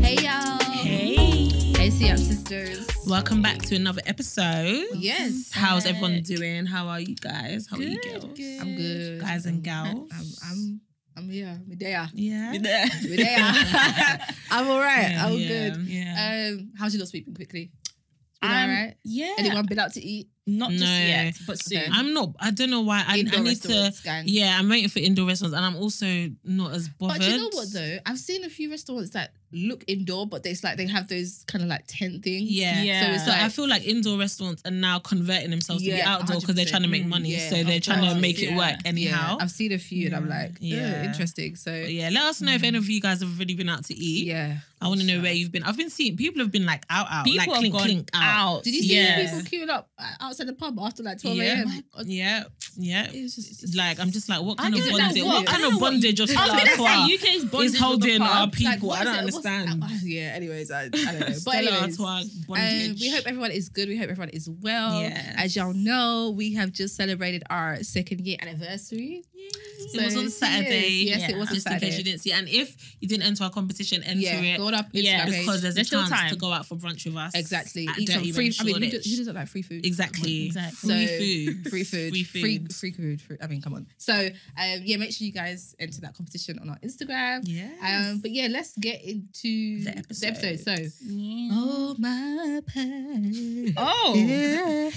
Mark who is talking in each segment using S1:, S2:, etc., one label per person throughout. S1: Hey y'all.
S2: Hey.
S1: Hey CM sisters.
S2: Welcome back to another episode.
S1: Yes.
S2: How's everyone doing? How are you guys? How are you girls?
S1: I'm good.
S2: Guys and
S1: I'm
S2: gals.
S1: I'm I'm here. Medea.
S2: yeah.
S1: Medea. I'm all right.
S2: Yeah,
S1: I'm
S2: yeah,
S1: good.
S2: yeah.
S1: Um, how's your little sleeping quickly? Been
S3: I'm-
S1: all right?
S3: Yeah.
S1: Anyone been out to eat?
S3: Not just
S2: No.
S3: yet, but soon.
S1: Okay.
S2: I'm not. I don't know why. I, I
S1: Indoor
S2: need to.
S1: restaurants, gang.
S2: Yeah, I'm waiting for indoor restaurants, and I'm also not as bothered.
S1: But you know what though? I've seen a few restaurants that look indoor, but it's like they have those kind of like tent things.
S2: Yeah.
S3: Yeah.
S1: So it's
S2: So
S1: like
S2: I feel like indoor restaurants are now converting themselves to the
S1: Yeah,
S2: outdoor because they're trying to make
S1: 100%.
S2: money.
S1: Yeah,
S2: so they're
S1: of
S2: trying to
S1: course.
S2: make it
S3: Yeah.
S2: work anyhow. Mm,
S1: Yeah, I've seen a few and I'm like, yeah,
S2: Yeah.
S1: interesting. So
S2: But
S1: yeah.
S2: yeah, let us know if any of you guys have really been out to eat. I want to know where you've been. I've been seeing people have been like out, out,
S3: People
S2: like
S3: have
S2: clink,
S3: gone
S2: clink, out.
S3: out.
S1: Did you see
S2: Yeah.
S1: people queuing up uh, outside the pub after like 12
S2: Yeah.
S1: a.m.?
S2: Yeah, yeah.
S1: It was just- it's just-
S2: like I'm just like, what
S3: I
S2: kind of
S3: didn't know
S2: bondage?
S3: what-
S2: What
S3: I
S2: kind
S3: don't
S2: of
S3: know what-
S2: bondage of
S3: I was gonna
S2: Stella
S3: say UK's bondage
S2: is
S3: with
S2: holding
S3: the pub.
S2: our
S1: Like,
S2: people?
S1: what
S2: I don't
S1: is it? What's-
S2: understand.
S1: uh, yeah, anyways, I, I don't know. But
S2: Stella
S1: anyways,
S2: Artois
S1: um,
S2: bondage.
S1: we hope everyone is good. We hope everyone is well.
S2: Yes.
S1: As y'all know, we have just celebrated our second year anniversary.
S2: it was on
S1: So,
S2: Saturday.
S1: Yes, yes, it was on
S2: Just in case
S1: Saturday.
S2: you didn't see, and if you didn't enter our competition, enter
S1: Yeah,
S2: it.
S1: go on up.
S3: Yeah,
S1: Instagram page.
S2: because there's,
S3: There's
S2: a
S3: still
S2: chance
S3: time.
S2: to go out for brunch with us.
S1: exactly.
S2: at
S1: Eat some
S2: Dirty
S1: free.
S2: Red
S1: I mean, who,
S2: Shoreditch.
S1: does, who doesn't like free food?
S2: exactly. Free
S3: Exactly.
S1: So-
S2: food.
S1: Free food,
S2: Free
S1: free,
S2: food.
S1: free food. Free, I mean, come on. So, um, yeah, make sure you guys enter that competition on our Instagram.
S2: Yeah.
S1: Um, but yeah, let's get into
S2: The
S1: the episode. So,
S3: Yeah.
S1: oh my past.
S3: Oh.
S2: okay.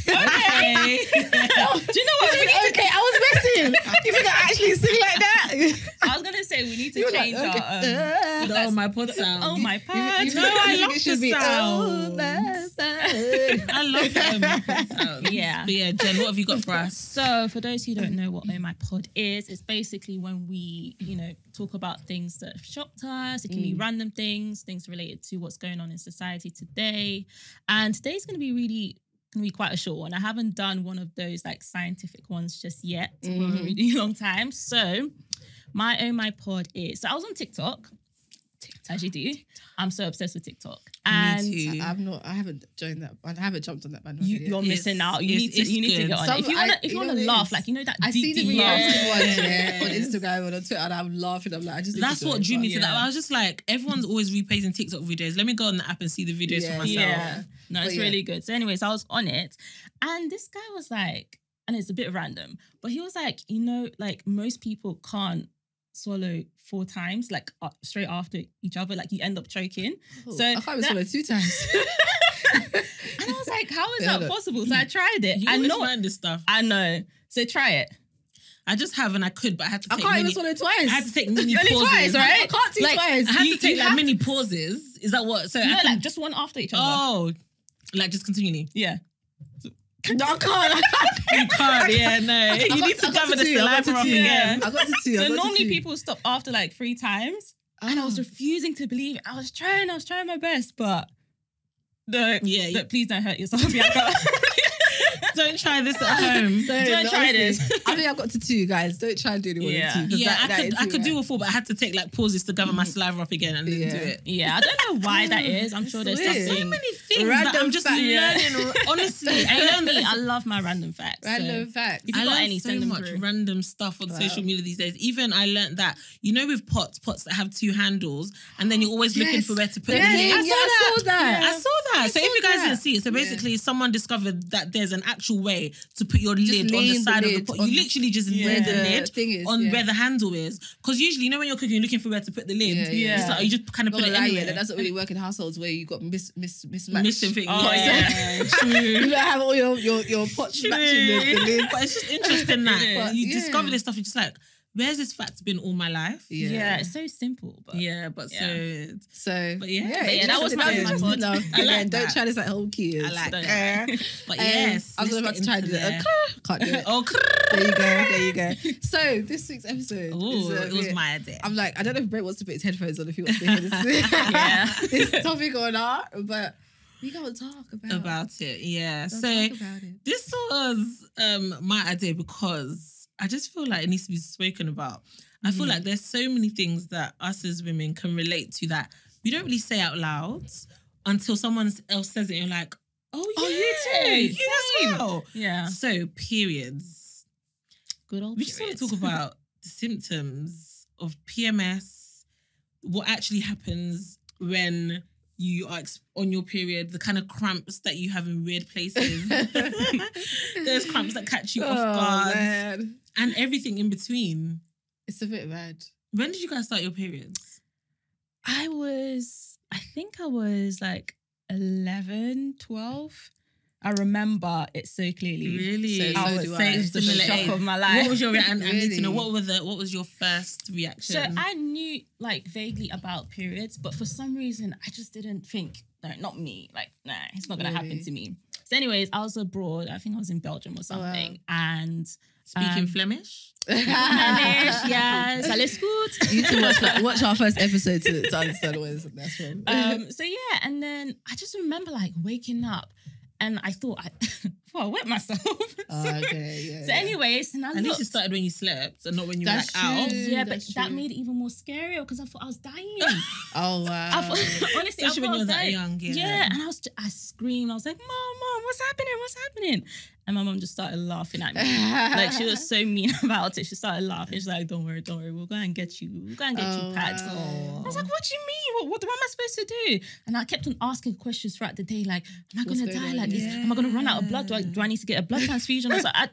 S3: Do you know what? We need to,
S1: okay, I was messing. you think I actually sing like that?
S3: I was gonna say we need to
S1: You were like,
S3: change
S1: okay,
S3: our. Um,
S1: uh,
S2: oh my pod sound.
S3: oh my
S1: you-
S3: pad.
S1: you-
S2: No, I
S1: you think
S2: love
S1: it
S2: the
S1: should be,
S2: sound.
S1: oh, my past.
S2: I love that. Oh my pod sound.
S3: Um, Yeah.
S2: But yeah, Jen, what have you got for us?
S3: So, for those who don't know what Oh My Pod is, it's basically when we, you know, talk about things that have shocked us. It can be random things, things related to what's going on in society today. And today's going to be really, going to be quite a short one. I haven't done one of those like scientific ones just yet for a really long time. So, my Oh My Pod is. So, I was on TikTok. As you do, I'm so obsessed with TikTok, and
S2: too.
S1: I'm not. I haven't joined that. I haven't jumped on that bandwagon.
S3: you,
S1: yet.
S3: you're
S2: It's-
S3: missing out. You
S2: it's-
S3: need to,
S2: it's
S3: you need to
S2: good.
S3: get on.
S1: Some-
S3: it. if you
S1: I-
S3: wanna, if
S1: you
S3: you
S1: know
S3: wanna
S1: what it
S3: laugh,
S1: is?
S3: like you know that
S1: I
S3: deep,
S1: see the
S3: deep
S1: reaction
S3: laugh.
S1: ones yeah, on
S2: Yes.
S1: Instagram and on Twitter, and I'm laughing. I'm like, I just. need to
S2: That's
S1: do
S2: what
S1: it,
S2: drew
S1: but-
S2: me to that.
S3: yeah.
S2: I was just like, everyone's always replaying TikTok videos. Let me go on the app and see the videos
S1: Yeah.
S2: for myself.
S3: Yeah. No,
S1: But
S3: it's
S1: yeah.
S3: really good. So, anyways, I was on it, and this guy was like, and it's a bit random, but he was like, you know, like most people can't swallow four times, like uh, straight after each other, like you end up choking.
S1: Oh,
S3: So
S1: I can't even
S3: that-
S1: swallow two times.
S3: And I was like, how is
S1: Yeah,
S3: that
S1: look.
S3: possible? So I tried it.
S2: You
S3: I
S2: always
S3: know.
S2: find this stuff.
S3: I know. So try it.
S2: I just have and I could, but I had to
S1: I
S2: take
S1: can't even
S2: mini,
S1: swallow
S2: I
S1: twice.
S2: had to take mini
S3: Only
S2: pauses.
S3: twice, right?
S1: I can't do
S2: Like,
S1: twice.
S2: I had
S3: You-
S2: to take
S3: you
S2: like
S3: have
S2: mini pauses. Is that what? So I
S3: No,
S2: can-
S3: like just one after each other.
S2: oh, like just continually.
S3: Yeah.
S1: No, I can't.
S2: You can't. Yeah, no.
S1: I
S2: You
S1: got-
S2: need
S1: I
S2: to
S1: got
S2: cover
S1: to
S2: the
S1: two, I got
S2: saliva
S1: to
S2: up
S1: two.
S2: again.
S1: I got to two. I
S3: So
S1: got to
S3: normally
S1: two. Hmm.
S3: people stop after like three times. And I was refusing to believe it. I was trying, I was trying my best, but no,
S2: Yeah, you-
S3: no, please don't hurt yourself, Bianca.
S2: Don't try this at home.
S1: No,
S3: Don't
S1: no,
S3: try
S1: honestly,
S3: this.
S1: I think I got to two, guys. Don't try and do anyone
S3: Yeah.
S1: yeah. two. 'cause
S2: Yeah,
S1: that- that
S2: I could.
S1: is
S2: I
S1: too
S2: could do
S1: bad.
S2: a four, but I had to take like pauses to cover my saliva up again and then
S1: Yeah.
S2: do it.
S3: yeah, I don't know why that is. I'm sure there's
S1: It's
S2: There's so
S3: something.
S2: many things
S1: Random
S2: that I'm just
S1: fact.
S2: learning. Honestly,
S3: And you know me,
S2: learn
S3: I love my random facts. so-
S1: Random fact.
S3: If you got
S2: learn
S3: any,
S2: so
S3: send them
S2: much
S3: through.
S2: random stuff on social media these days. Even I learned that you know with pots, pots that have two handles, and then you're always looking
S1: Yes.
S2: for where to put
S1: Yeah,
S2: them.
S1: yeah,
S2: in.
S1: I saw that.
S2: I saw that. so
S1: saw
S2: if you guys
S1: that.
S2: didn't see it, so
S1: Yeah.
S2: basically someone discovered that there's an actual way to put your lid on
S1: lean
S2: the
S1: the
S2: side of
S1: lid
S2: the pot.
S1: on
S2: You
S1: the-
S2: literally just
S3: Yeah.
S2: lay the
S1: The
S2: lid
S1: thing is,
S2: on
S1: yeah.
S2: where the handle is, because usually you know when you're cooking, you're looking for where to put the lid.
S1: Yeah,
S3: yeah.
S2: It's like you just kind of
S1: Not
S2: put
S1: gonna
S2: it
S1: lie,
S2: anywhere.
S1: yeah, that doesn't really work in households where you got mis mis mismatched.
S2: missing thing.
S3: Oh, yeah.
S1: you don't have all your your your pots matching the, the lids.
S2: but it's just interesting that
S3: It
S1: is.
S2: you
S1: Yeah.
S2: discover this stuff. You're just like, where's this fact been all my life?
S3: Yeah,
S1: Yeah.
S3: it's so simple, but
S2: Yeah, but so
S1: So,
S2: But yeah. But
S3: yeah,
S1: it's
S3: that was
S1: interesting.
S3: my
S1: It's
S3: pod.
S1: interesting enough.
S3: I like
S1: Again, don't
S3: that.
S1: try this at home kids.
S2: I like
S3: don't
S2: that.
S1: Eh.
S2: But
S1: Um,
S2: yes,
S1: I was
S2: let's
S1: about to
S2: get
S1: try to
S2: into
S1: do it.
S2: there.
S1: Okay, Can't do it.
S2: Oh,
S1: There you go. There you go. So this week's episode. is
S2: Ooh,
S1: a
S2: it was
S1: bit-
S2: my idea.
S1: I'm like, I don't know if Brett wants to put his headphones on if he wants to hear this,
S3: Yeah.
S1: this topic or not, but we gotta talk about
S2: about it. Yeah.
S1: Don't
S2: so
S1: talk about it.
S2: this was um my idea because I just feel like it needs to be spoken about. I
S1: Mm-hmm.
S2: feel like there's so many things that us as women can relate to that we don't really say out loud until someone else says it and you're like, oh,
S3: Oh, you
S2: yeah,
S3: too.
S2: You as well.
S3: yeah.
S2: So periods.
S3: Good old.
S2: We just want to
S3: periods.
S2: talk about the symptoms of PMS, what actually happens when you are ex- on your period, the kind of cramps that you have in weird places, those cramps that catch you off guard,
S1: Oh, man.
S2: and everything in between.
S1: It's a bit bad.
S2: When did you guys start your periods?
S3: I was, I think I was like 11, 12. I remember it so clearly.
S2: Really?
S3: I
S1: So
S3: was
S1: do
S3: so
S1: I.
S3: it was the
S2: Similar
S3: shock
S2: age.
S3: of my life.
S2: What was your reaction? I need to know
S1: Really?
S2: what were the what was your first reaction?
S1: Hmm.
S3: so I knew like vaguely about periods, but for some reason I just didn't think, no, not me. Like, nah, it's not gonna happen
S1: Really?
S3: to me. So, anyways, I was abroad. I think I was in Belgium or
S1: wow.
S3: something. And
S2: Speaking
S3: um,
S2: Flemish.
S3: Flemish, yes, alles gut.
S1: You need to watch, like, watch our first episode to, to understand where this- that's from.
S3: um, so yeah, and then I just remember like waking up, and I thought I, well, I wet myself.
S1: Oh,
S3: so,
S1: okay, yeah,
S3: so
S1: yeah.
S3: anyways, and I
S2: At least
S3: looked.
S2: it started when you slept and not when you
S1: That's
S2: were like oh out.
S1: true.
S3: yeah, but
S1: Oh, That's
S3: that
S1: true.
S3: made it even more scarier because I thought I was dying.
S1: Oh
S3: I
S1: wow.
S3: thought, honestly,
S2: Mm. Especially
S3: I thought
S2: when
S3: I
S2: you're
S3: was
S2: that
S3: dying.
S2: young, yeah.
S3: and I was, I screamed. I was like, "Mom, mom, what's happening? What's happening?" And my mom just started laughing at me. like she was so mean about it. She started laughing. She's like, "Don't worry, don't worry. We'll go and get you. We'll go and get
S1: Oh,
S3: you pads."
S1: wow.
S3: I was like, "What do you mean? What, what, what am I supposed to do?" And I kept on asking questions throughout the day, like, "Am I
S1: What's
S3: gonna
S1: going
S3: die
S1: on?
S3: like this? Am I gonna run out of blood? Do I, do I need to get a blood transfusion?" I was like, I,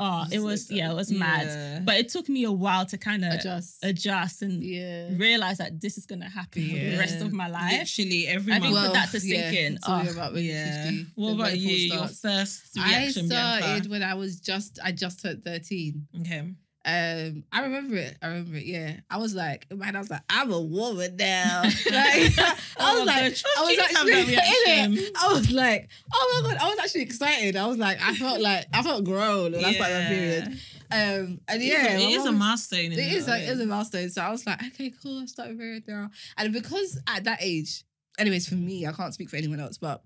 S3: "Oh, it was yeah, it was
S2: Yeah.
S3: mad." But it took me a while to kind of
S1: Adjust.
S3: adjust, and
S1: yeah.
S3: realize that this is gonna happen for the rest of my life.
S2: Literally every
S3: I
S2: month.
S3: think with that to
S1: yeah,
S3: sink in.
S1: it's only
S3: Oh,
S1: about maybe
S2: yeah.
S1: 50,
S2: What
S1: the
S2: about
S1: menopause
S2: you? Your
S1: starts.
S2: first
S1: I
S2: reaction,
S1: started
S2: Bianca?
S1: when I was just I just turned 13.
S2: Okay.
S1: Um, I remember it. I remember it. Yeah, I was like, in my head, I was like, I'm a woman now. Like, I
S2: Oh,
S1: was like,
S2: the
S1: I was
S2: trust
S1: actually
S2: issues have that
S1: in it.
S2: reaction.
S1: I was like, oh my god, I was actually excited. I was like, I felt like I felt grown when I started my
S2: Yeah.
S1: period. Um, and yeah,
S2: it
S1: my
S2: is, a
S1: mum-
S2: milestone. In
S1: It is like it is
S2: a
S1: a milestone. So I was like, okay, cool, I'm starting period now. And because at that age, anyways, for me, I can't speak for anyone else, but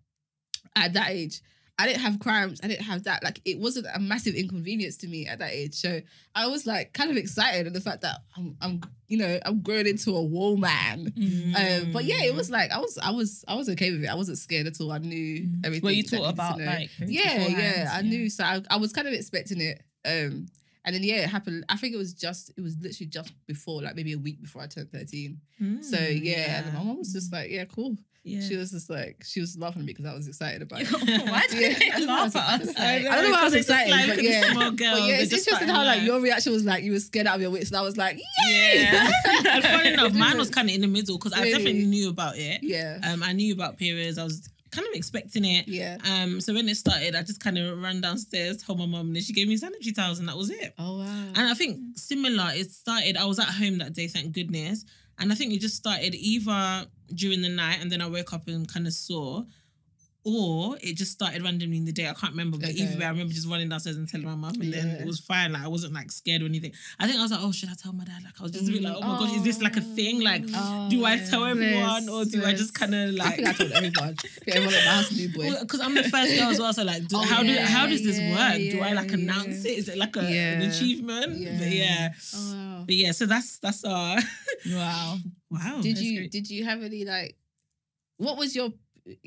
S1: at that age, I didn't have cramps. I didn't have that. Like it wasn't a massive inconvenience to me at that age. So I was like kind of excited at the fact that I'm, I'm you know, I'm growing into a woman.
S3: Mm.
S1: Um, but yeah, it was like I was, I was, I was okay with it. I wasn't scared at all. I knew everything.
S3: Where Mm. you
S1: that I
S3: talk
S1: needed to
S3: about
S1: know.
S3: like periods
S1: yeah, yeah,
S3: beforehand,
S1: I knew. So I, I was kind of expecting it. Um, and then yeah, it happened. I think it was just, it was literally just before, like maybe a week before I turned thirteen. So
S3: Hmm,
S1: yeah, and my mom was just like, yeah, cool.
S2: Hmm, Yeah.
S1: She was just like, she was laughing because I was excited about it.
S3: Why did
S1: Yeah.
S3: they laugh at us?
S1: I don't know why I was excited,
S2: Like,
S1: but yeah.
S2: small girl,
S1: But yeah,
S2: they
S1: it's
S2: just
S1: interesting how
S2: started
S1: like
S2: life.
S1: your reaction was like you were scared out of your wits, and I was like, yeah,
S2: Yeah. and funny enough, mine was kind of in the middle because I
S1: Really?
S2: definitely knew about it.
S1: yeah,
S2: Um, I knew about periods. I was kind of expecting it.
S1: yeah.
S2: Um, so when it started, I just kind of ran downstairs, told my mom, and then she gave me sanitary towels, and that was it.
S1: Oh wow.
S2: And I think similar, it started, I was at home that day, thank goodness. And I think it just started either during the night and then I woke up and kind of saw, or it just started randomly in the day. I can't remember, but
S1: Okay.
S2: either way, I remember just running downstairs and telling my mum, and then
S1: Yeah.
S2: it was fine. Like, I wasn't like scared or anything. I think I was like, oh, should I tell my dad? Like, I was just a bit like, oh my gosh, is this like a thing? Like, do I tell everyone or do I
S1: Oh. yes.
S2: just kind of
S1: I
S2: like.
S1: think I told everyone. I think everyone at my house knew, boy.
S2: Because I'm the first girl as well, so like, do,
S1: Oh,
S2: how do
S1: yeah,
S2: how does this
S1: yeah,
S2: work? do I
S1: yeah,
S2: like
S1: yeah.
S2: announce it? Is it like a, an
S1: Yeah.
S2: achievement? But
S1: Yeah.
S2: yeah,
S1: Oh, wow.
S2: but yeah. So that's that's our
S3: Wow.
S2: wow.
S1: Did
S3: That's
S1: you
S3: great.
S1: did you have any like? What was your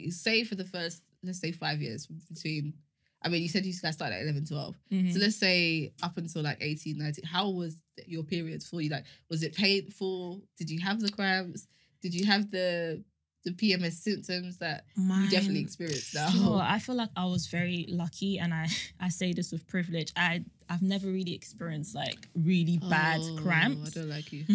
S1: say for the first let's say five years between? I mean, you said you guys started at 11, 12. So
S3: Mm.
S1: let's say up until like 18, 19, how was your period for you? Like, was it painful? Did you have the cramps? Did you have the the PMS symptoms that
S2: Mine,
S1: you definitely Oh. experienced now?
S3: Sure, I feel like I was very lucky, and I I say this with privilege. I I've never really experienced like really bad
S1: Oh,
S3: cramps.
S1: I don't like you.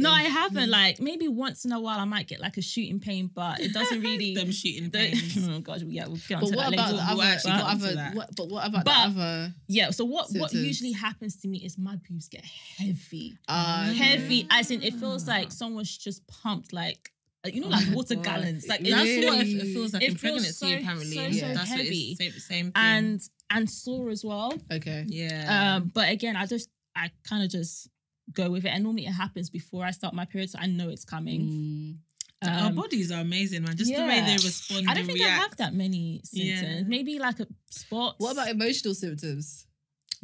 S3: no, I haven't. Like maybe once in a while, I might get like a shooting pain, but it doesn't really.
S2: them shooting
S3: the-
S2: pains.
S3: oh gosh, yeah, we'll get
S1: But
S3: onto that
S1: what
S3: later.
S1: about the
S3: We'll-
S1: other?
S3: we'll
S1: What
S3: actually get onto
S1: other?
S3: that.
S1: What, but what about
S3: But-
S1: the other?
S3: Yeah. So what what
S1: Symptoms.
S3: usually happens to me is my boobs get heavy,
S1: Uh,
S3: Mm-hmm.
S2: Mm.
S3: heavy. As in, it feels like someone's just pumped like uh, you know, like
S1: my
S3: water
S1: God.
S3: gallons. Like
S2: Oh That's
S3: it's
S2: what it,
S1: Really?
S2: it feels like
S3: It
S2: in
S3: feels
S2: pregnancy,
S3: so-
S2: apparently.
S3: so,
S2: Yeah.
S1: so
S2: That's
S3: heavy.
S2: what it's same, same thing.
S3: and and sore as well.
S1: Okay.
S2: yeah.
S3: Um, but again, I just I kind of just go with it, and normally it happens before I start my period, so I know it's coming.
S1: Mm.
S3: Um,
S2: Our bodies are amazing, man. Just the way
S3: yeah.
S2: they respond.
S3: I don't
S2: and
S3: think I
S2: react.
S3: have that many
S2: Yeah.
S3: symptoms. Maybe like a spot.
S1: What about emotional symptoms?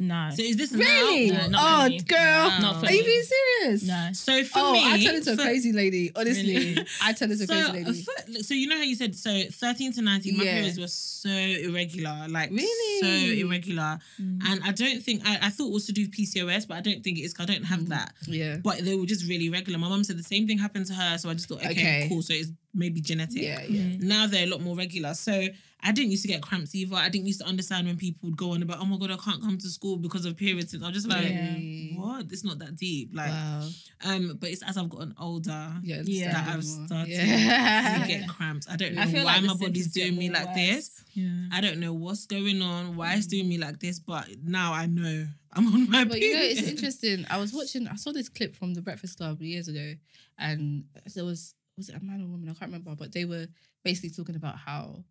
S3: no?
S2: So is this
S1: Really?
S2: now?
S3: No,
S1: oh,
S3: not really.
S1: girl.
S2: No.
S3: Not for
S1: Are you
S3: me.
S1: being serious?
S3: No.
S2: So for
S1: oh,
S2: me,
S1: I turn into a
S2: for-
S1: crazy lady. Honestly,
S3: Really?
S1: I turn into a
S2: So,
S1: crazy
S2: a
S1: lady.
S2: fir- so you know how you said so 13 to 19 my
S1: Yeah.
S2: periods were so irregular like
S1: Really?
S2: so irregular
S3: Mm.
S2: and I don't think I, I thought also do PCOS but I don't think it is 'cause I don't have that
S1: Yeah.
S2: but they were just really regular my mum said the same thing happened to her so I just thought okay,
S1: Okay.
S2: cool so it's maybe genetic
S1: Yeah. Yeah.
S2: now they're a lot more regular. So I didn't used to get cramps either. I didn't used to understand when people would go on about, oh my god, I can't come to school because of periods. And I'm just like,
S3: Yeah.
S2: what? It's not that deep. Like,
S1: Wow.
S2: um, but it's as I've gotten older
S1: Yeah. it's
S3: Yeah.
S2: that
S1: standard
S2: I've
S1: more.
S2: started
S1: Yeah.
S2: to get cramps. I don't know
S3: I feel
S2: why
S3: like the
S2: my body's
S3: symptoms get
S2: doing me
S3: more
S2: like
S3: worse.
S2: this.
S3: Yeah.
S2: I don't know what's going on, why it's doing me like this, but now I know I'm on my
S1: But Mm. you know, it's
S2: period.
S1: interesting. I was watching. I saw this clip from The Breakfast Club years ago, and there was was it a man or woman? I can't remember. But they were basically talking about how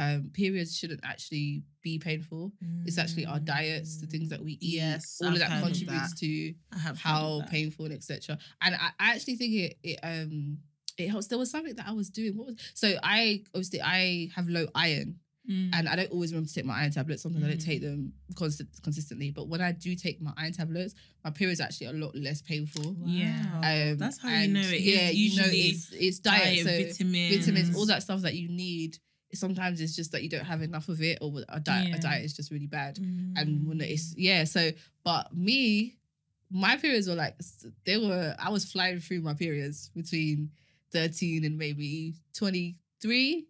S1: um, periods shouldn't actually be painful.
S2: Mm.
S1: It's actually our diets, the things that we eat,
S2: Yes,
S1: all
S2: I've
S1: of that
S2: heard of
S1: contributes
S2: that.
S1: to
S2: I have heard
S1: how
S2: of that.
S1: painful and etc. And I, I actually think it it um it helps. There was something that I was doing. What was so I obviously I have low iron,
S3: Mm.
S1: and I don't always remember to take my iron tablets. Sometimes I don't
S2: Mhm.
S1: take them constant, consistently, but when I do take my iron tablets, my period's actually a lot less painful.
S2: Yeah,
S1: Um,
S2: that's how you
S1: and
S2: know it.
S1: Yeah,
S2: It's
S1: you know
S2: usually
S1: it's it's diet,
S2: diet,
S1: so
S2: vitamins,
S1: vitamins, all that stuff that you need. Sometimes it's just that you don't have enough of it, or a diet,
S3: Yeah.
S1: a diet is just really bad.
S2: Mm.
S3: Mm.
S1: And when it's yeah, so but me, my periods were like they were. I was flying through my periods between thirteen and maybe twenty three.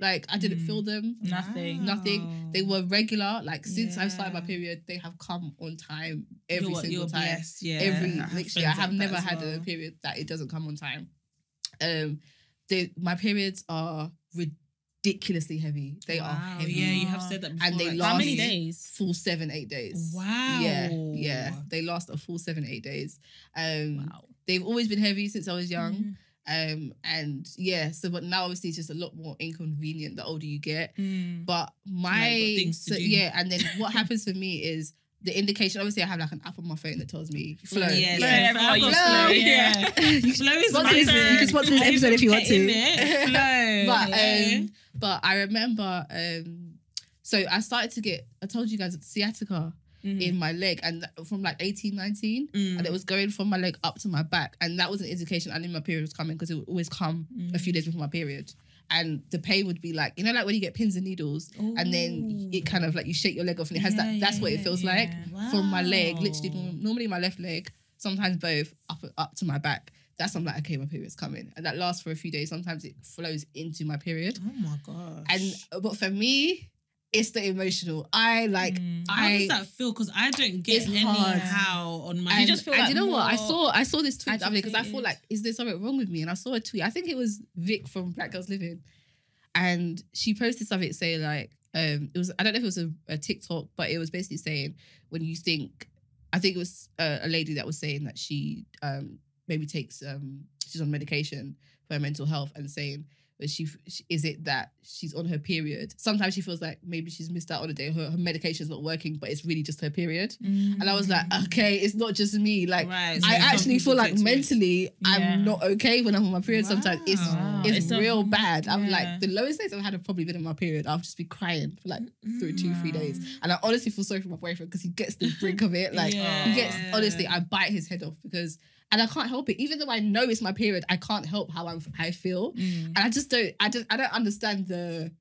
S1: Like I didn't
S3: Mhm.
S2: Mm.
S1: feel them
S3: Nothing.
S1: nothing. They were regular. Like since I started my
S2: Yeah.
S1: period, they have come on time every
S2: You're-
S1: single
S2: you're
S1: time.
S2: blessed, yeah.
S1: Every
S2: I have
S1: literally, I
S2: friends
S1: have
S2: like that
S1: never
S2: as
S1: had a
S2: well.
S1: period that it doesn't come on time. Um, they, my periods are ridiculously heavy. They are
S2: Wow,
S1: heavy.
S2: Yeah, you have said that before.
S1: And they
S2: like,
S3: How
S1: last-
S3: many
S1: last-
S3: days?
S1: Full seven eight days.
S2: Wow.
S1: Yeah, yeah. They last a full seven eight days. Um, they've always been heavy since I was young.
S2: Mm-hmm.
S1: Um, and yeah, so but now obviously it's just a lot more inconvenient the older you get.
S3: Mm.
S1: But my
S2: Like, you've got things to
S1: so,
S2: do.
S1: yeah, and then what happens for me is the indication. Obviously, I have like an app on my phone that tells me flow.
S2: Yeah,
S3: Flow,
S2: so if
S3: everyone
S2: I
S3: uses
S2: got
S1: flow,
S2: flow,
S3: yeah.
S2: yeah. Flow is
S1: Sponsor
S2: my
S1: this- you
S2: thing.
S1: can sponsor this episode if you want
S2: Get in
S1: to.
S2: it. Flow.
S1: But
S2: yeah.
S1: um, but I remember um, so I started to get. I told you guys it's sciatica
S3: Mhm.
S1: in my leg, and that- from like 18, 19,
S2: Mm-hmm. Mm.
S1: and it was going from my leg up to my back, and that was an indication I knew my period was coming because it would always come a
S2: Mm.
S1: few days before my period. And the pain would be like, you know, like when you get pins and needles, and then it kind of like you shake your leg off, and it has
S2: Yeah,
S1: that. That's
S2: yeah,
S1: what it
S2: yeah,
S1: feels
S3: yeah.
S1: like from my leg, literally
S2: Wow.
S1: norm- normally my left leg, sometimes both up up to my back. That's when I'm like, okay, my period's coming, and that lasts for a few days. Sometimes it flows into my period,
S2: Oh my god.
S1: and uh, but for me, it's the emotional. I like,
S3: Mm.
S2: how
S1: I
S2: does that feel? Because I don't get
S1: It's
S2: any
S1: hard.
S2: how on my.
S1: and,
S3: just feel
S1: and
S3: like
S1: you know what? I
S3: more
S1: saw I saw this tweet because I
S3: agitated?
S1: thought like, is there something wrong with me? And I saw a tweet. I think it was Vic from Black Girls Living, and she posted something saying like, um, it was I don't know if it was a, a TikTok, but it was basically saying when you think, I think it was uh, a, a lady that was saying that she um maybe takes um she's on medication for her mental health and saying. But she, she is it that she's on her period. Sometimes she feels like maybe she's missed out on a day. Her, her medication's not working, but it's really just her period. And I was like, okay, it's not just me. Like,
S2: Mm. Right, so
S1: I
S2: some
S1: actually
S2: people
S1: feel like
S2: take risks.
S1: mentally,
S3: Yeah.
S1: I'm not okay when I'm on my period. Sometimes it's
S2: Wow.
S1: it's,
S3: It's a-
S1: real bad. I'm
S3: yeah.
S1: like the lowest days I've had have probably been in my period. I'll just be crying for like through two three days,
S3: Mm.
S1: and I honestly feel sorry for my boyfriend because he gets the brink of it. Like he gets
S2: Yeah.
S1: honestly, I bite his head off because. And I can't help it. Even though I know it's my period, I can't help how I'm, I feel.
S3: Mm.
S1: And I just don't. I just. I don't understand the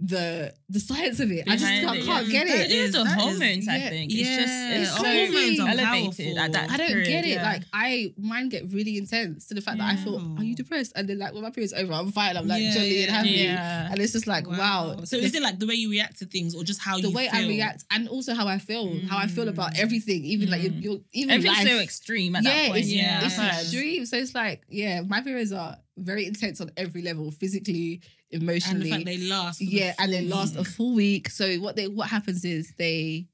S1: the the science of it. I just I
S3: behind
S1: can't,
S3: it,
S1: can't
S3: yeah.
S1: get
S3: That
S1: it.
S3: is the
S2: that is-
S3: hormones, I
S1: yeah,
S3: think. It's
S2: yeah.
S3: just
S1: It's
S3: uh,
S1: crazy.
S3: hormones elevated
S2: Powerful.
S3: at that
S1: I don't
S3: period,
S1: get it.
S3: yeah.
S1: Like I mine get really intense to the fact that I thought,
S2: Yeah.
S1: are you depressed? And then like when my period's over, I'm fine. I'm like
S2: Yeah,
S1: jolly and
S2: yeah,
S1: happy.
S3: yeah.
S1: And it's just like wow.
S2: So
S1: the,
S2: is it like the way you react to things, or just how
S1: the
S2: you
S1: way I
S2: feel?
S1: react and also how I feel, how I feel about everything, even like your,
S3: Mm.
S1: your even
S3: everything's
S1: life.
S3: so extreme at that
S1: yeah,
S3: point.
S1: it's,
S3: yeah,
S1: it's
S3: Vibes.
S1: extreme. So it's like, yeah, my periods are very intense on every level, physically,
S2: and the
S1: emotionally,
S2: fact they last. for the
S1: yeah, and they
S2: full
S1: last a
S2: week.
S1: full week. So what they what happens is they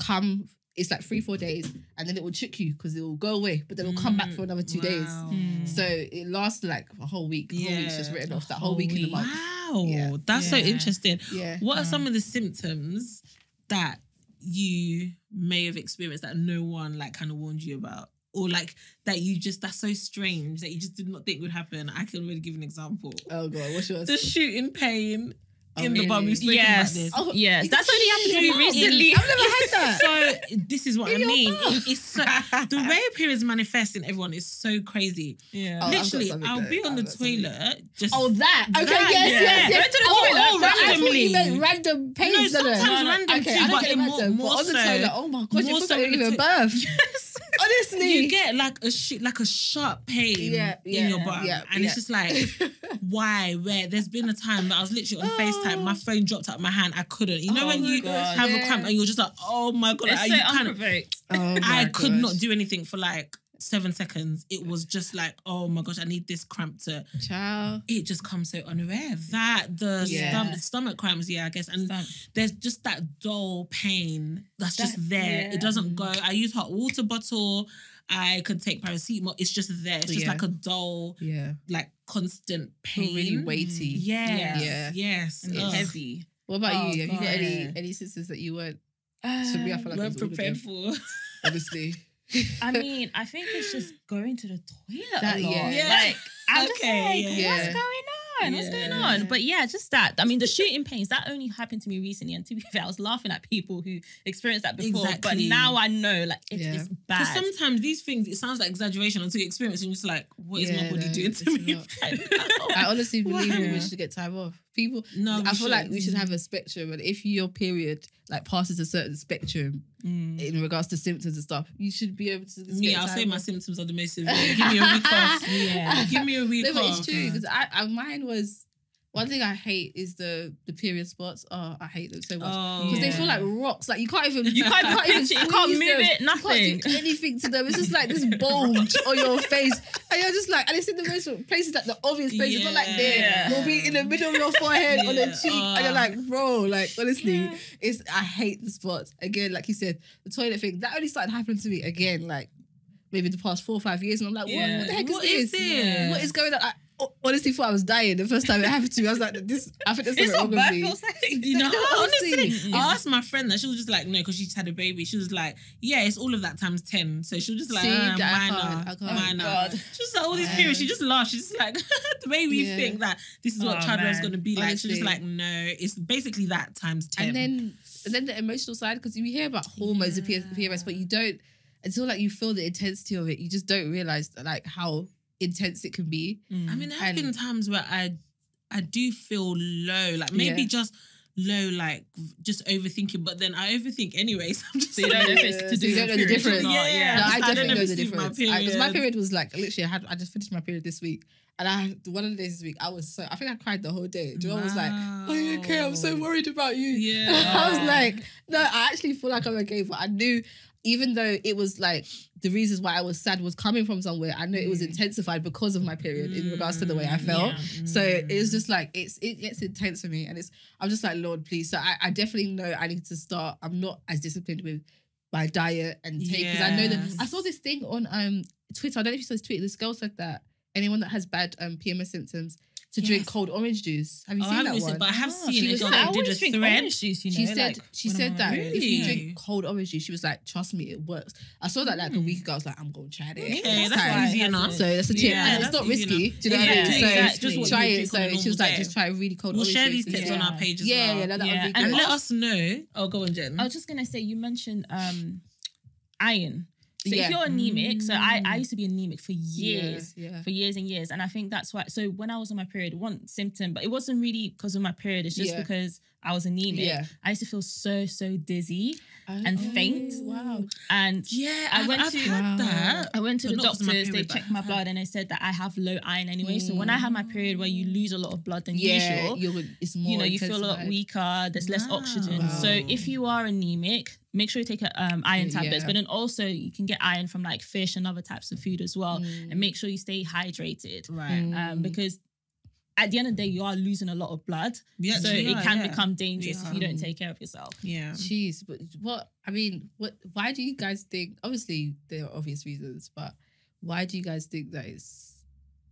S1: come. It's like three four days, and then it will trick you because it will go away, but then it'll come back for another two days.
S2: Wow.
S3: Mm.
S1: So it lasts like a whole week. The Whole week's just
S2: Yeah,
S1: written
S3: a
S1: off. That
S3: whole
S1: whole week in the
S3: week.
S1: month.
S2: Wow,
S1: Yeah.
S2: that's so
S3: Yeah.
S2: interesting.
S1: Yeah.
S2: What are
S3: Mm.
S2: some of the symptoms that you may have experienced that no one like kind of warned you about? Or like that you just that's so strange that you just did not think would happen. I can already give an example.
S1: Oh god, what's yours?
S2: The shooting pain
S1: Oh,
S2: in the bum.
S1: really?
S2: We've spoken
S3: Yes.
S2: about this.
S1: Oh,
S3: Yes,
S1: you
S3: that's
S1: can
S3: only happened to me
S1: shoot.
S3: recently.
S1: I've never had that.
S2: so this is what
S1: In
S2: I
S1: your
S2: mean.
S1: bum.
S2: It- It's so, the way periods manifest in everyone is so crazy.
S3: Yeah.
S1: Oh, I've got
S2: Literally,
S1: something
S2: I'll
S1: there.
S2: be on the
S1: I've got something.
S2: toilet just
S1: Oh, that. Okay,
S2: That,
S1: yes,
S2: yeah.
S1: yes, yes.
S3: Go to the
S1: oh,
S3: toilet
S1: oh, right. I thought you
S2: randomly.
S1: meant random pains.
S2: No, sometimes
S1: no, no.
S2: random
S1: okay,
S2: too,
S1: I don't
S2: but
S1: get
S2: in more-
S1: random,
S2: more
S1: but on the
S2: so-
S1: toilet, oh my god,
S2: more
S1: you're
S2: so
S1: so
S2: in the
S1: even
S2: to-
S1: birth. Honestly.
S2: you get like a sh- like a sharp pain
S1: Yeah, yeah,
S2: in your bum,
S1: yeah,
S2: and
S1: yeah.
S2: it's just like why, where? There's been a time that I was literally on Facetime, my phone dropped out of my hand, I couldn't. You know
S1: Oh
S2: when
S1: my
S2: you
S1: God,
S2: have a
S1: yeah.
S2: cramp and you're just like, oh my god,
S3: It's
S2: I,
S3: so
S2: you can't-
S3: unprovoked.
S1: Oh my
S2: I could
S1: gosh.
S2: not do anything for like seven seconds. It was just like, oh my gosh, I need this cramp to.
S1: Child.
S2: It just comes so unaware that the
S1: Yeah.
S2: stom- stomach cramps, yeah, I guess, and there's just that dull pain that's just
S3: That's-
S2: there.
S3: yeah.
S2: It doesn't go. I use hot water bottle. I could take paracetamol. It's just there. It's just
S1: Yeah.
S2: like a dull,
S1: Yeah.
S2: like constant pain.
S1: Really weighty.
S2: Yes.
S1: Yeah.
S2: Yes.
S3: and
S2: Ugh.
S3: heavy.
S1: What about
S3: Oh,
S1: you? Have you got
S3: God.
S1: any any sisters that you weren't to me, I feel
S2: Weren't
S1: like it's all of them,
S2: prepared for.
S1: honestly.
S3: I mean, I think it's just going to the toilet
S1: That-
S3: a lot.
S1: yeah.
S2: Yeah.
S3: Like, I'm just
S2: Okay,
S3: like,
S2: yeah.
S3: what's
S1: Yeah.
S3: going on? What's going
S2: Yeah.
S3: on? But yeah, just that. I mean, the shooting pains that only happened to me recently, and to be fair, I was laughing at people who experienced that before. But
S2: Exactly.
S3: now I know, like, it,
S1: Yeah.
S3: it's bad.
S2: Because sometimes these things, it sounds like exaggeration until you experience, it and you're just like, what is
S1: Yeah,
S2: my body
S1: no,
S2: doing
S1: it's
S2: to me?
S1: not. I honestly believe
S2: Why?
S1: women should get time off. People,
S2: No, we
S1: I feel like we should
S2: shouldn't.
S1: have a spectrum, and if your period like passes a certain spectrum
S3: Mm.
S1: in regards to symptoms and stuff, you should be able to. just
S2: me,
S1: get
S2: I'll say
S1: time
S2: my
S1: off.
S2: symptoms are the most severe. Give me a week off.
S3: Yeah.
S2: Give me a week
S1: No, but
S2: off.
S1: it's true because I, I mine was one thing I hate is the the period spots. Oh, I hate them so much.
S2: Oh,
S1: because they
S3: yeah.
S1: feel like rocks. Like you can't even
S3: You can't
S1: even
S3: pinch it, you
S1: squeeze
S3: can't move
S1: them.
S3: it,
S1: You
S3: nothing.
S1: can't do anything to them. It's just like this bulge on your face, and you're just like, and it's in the most places like the obvious places, but like there
S2: Yeah.
S1: will be in the middle of your forehead on the
S2: Yeah.
S1: cheek, and
S3: Oh.
S1: you're
S2: Ah.
S1: like, bro, like honestly, it's I hate the spots. Again, like you said, the toilet thing that only started happening to me again, like maybe the past four or five years, and I'm like, what,
S3: Yeah.
S1: what the heck
S2: What
S1: is
S2: is
S1: this?
S2: it?
S1: What is going on? I, Honestly, thought I was dying the first time it happened to me. I was like, "This, I think there's
S3: It's
S1: something
S3: not
S1: wrong
S3: bad.
S1: with me."
S3: feels like-
S2: You know, honestly,
S3: Mm-mm.
S2: I asked my friend that she was just like, no, because she's had a baby. She was like, yeah, it's all of that times 10. So she was just like,
S1: See,
S2: uh,
S1: that I can't-
S2: minor,
S1: I can't. Oh,
S2: minor.
S3: God.
S2: She was like, all these periods. She just laughed. She's just like, the way we
S1: Yeah.
S2: think that this is what
S3: Oh,
S2: childbirth is
S3: man.
S2: going to be like. She was
S1: Honestly.
S2: just like, no, it's basically that times 10.
S1: and then and then the emotional side because you hear about hormones and PS- PMS, but you don't until like you feel the intensity of it. You just don't realize like how intense it can be.
S3: Mm.
S2: I mean, there have
S1: And-
S2: been times where I, I do feel low, like maybe
S1: Yeah.
S2: just low, like just overthinking. But then I overthink anyway. So I'm just
S3: So you don't know if it's
S1: Yeah,
S3: to
S1: so
S3: do
S1: you
S3: with
S1: don't know the
S3: period or
S1: difference.
S3: not,
S2: Yeah.
S3: Yeah.
S1: No,
S2: I just-
S1: I
S2: I
S1: definitely
S2: don't
S1: know
S2: ever
S1: the
S2: see my
S1: difference because my,
S2: periods.
S1: period was like literally I had I just finished my period this week, and I had- one of the days this week I was so I think I cried the whole day. Joel was like, "Are you okay? I'm so
S2: Wow.
S1: worried about you."
S2: Yeah.
S1: I was like, "No, I actually feel like I'm okay," but I knew. Even though it was like the reasons why I was sad was coming from somewhere, I know it
S2: Mm.
S1: was intensified because of my period in regards to the way I felt. So it's
S2: mm.
S1: just like it's it gets intense for me, and it's I'm just like Lord, please. So I, I definitely know I need to start. I'm not as disciplined with my diet and take because I know that
S2: Yes.
S1: I saw this thing on um Twitter. I don't know if you saw this tweet. This girl said that anyone that has bad um PMS symptoms to drink
S2: Yes.
S1: cold orange juice. Have you
S2: Oh, I
S1: seen
S2: haven't
S1: that
S2: listened,
S1: one?
S2: but I have
S3: Ah, She
S2: seen it.
S3: was
S2: Girl,
S3: like, I
S2: they did a
S3: always drink
S2: thread.
S3: orange juice, you know.
S1: she said
S3: like,
S1: she
S3: when I'm
S1: said
S3: on
S1: that
S3: my
S1: if you
S2: period.
S1: drink cold orange juice, she was like, trust me, it works. I saw that like a week ago. I was like, I'm gonna try it.
S2: Mm. Okay,
S1: It's
S2: that's
S3: that's
S1: time.
S3: fine.
S2: easy
S3: That's
S2: enough.
S3: it.
S1: So that's a tip,
S2: Yeah,
S1: and it's
S2: that's
S1: not
S2: easy
S1: risky.
S2: enough.
S1: Do you know what I
S3: Yeah,
S1: mean? So
S3: exactly. Just
S2: what
S1: try
S2: you
S1: it.
S2: drink on a
S1: So she was
S2: normal
S1: like,
S2: day.
S1: just try really cold.
S2: We'll
S1: orange
S2: share
S1: juice
S2: these
S1: and
S2: tips
S1: stuff.
S2: on our page as
S1: Yeah,
S2: well.
S1: yeah, that, that
S3: Yeah,
S1: would be good.
S2: and let us know. Oh, go on, Jen.
S3: I was just gonna say you mentioned um iron. So
S1: Yeah.
S3: if you're anemic, so I,
S2: Mm.
S3: I used to be anemic for years,
S1: Yeah, yeah.
S3: for years and years. And I think that's why. So when I was on my period, one symptom, but it wasn't really because of my period, it's just
S1: Yeah.
S3: because I was anemic.
S1: Yeah.
S3: I used to feel so, so dizzy and faint.
S1: Oh, Wow.
S3: And
S2: Yeah,
S3: I
S2: I've,
S3: went
S2: I've
S3: to-
S2: had that.
S3: I went to
S2: But
S3: the
S2: not 'cause of my
S3: doctors, they
S2: period, but
S3: checked
S2: I've
S3: my
S2: had-
S3: blood and they said that I have low iron anyway. So when I had my period where you lose a lot of blood than
S1: Yeah,
S3: usual,
S1: you're, it's more.
S3: you know, you feel a lot
S1: intensified.
S3: weaker. There's less oxygen.
S2: Wow.
S3: So if you are anemic, make sure you take a, um, iron
S1: Yeah.
S3: tablets. But then also you can get iron from like fish and other types of food as well.
S2: Mm.
S3: And make sure you stay hydrated,
S2: Right.
S1: Mm.
S3: um, because at the end of the day, you are losing a lot of blood.
S2: Yeah,
S3: so
S2: you
S3: it
S2: are,
S3: can
S2: yeah.
S3: become dangerous
S2: Yeah.
S3: if you don't take care of yourself.
S2: Yeah.
S1: Jeez, but what I mean, what? Why do you guys think? Obviously, there are obvious reasons, but why do you guys think that it's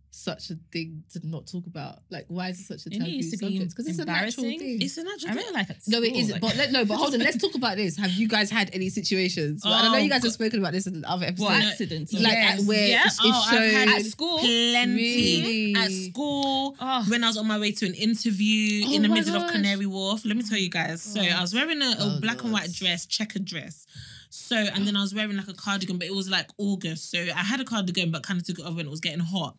S1: such a thing to not talk about? Like, why is it such a
S3: It
S1: taboo
S3: needs to be
S1: subject? Because it's a natural
S3: embarrassing.
S1: thing.
S2: It's a natural
S3: I really
S2: thing.
S3: like
S1: no, it
S3: school,
S1: isn't.
S3: like-
S1: But let, no, but hold on. Let's talk about this. Have you guys had any situations? Well, I don't know
S2: Oh,
S1: you guys have
S2: God.
S1: spoken about this in other episodes.
S3: Well,
S2: Like,
S3: accidents.
S1: like
S2: yes.
S1: at where
S3: Yeah.
S1: it's, it's
S2: Oh, I've had
S1: shown.
S3: at school.
S2: plenty
S1: Really?
S2: at school
S3: Oh.
S2: when I was on my way to an interview
S1: Oh
S2: in the
S1: my
S2: middle of
S1: gosh.
S2: Canary Wharf. Let me tell you guys. So I was wearing a, a
S1: Oh,
S2: black and
S1: God.
S2: white dress, checkered dress. So and then I was wearing like a cardigan, but it was like August. So I had a cardigan, but kind of took it off when it was getting hot.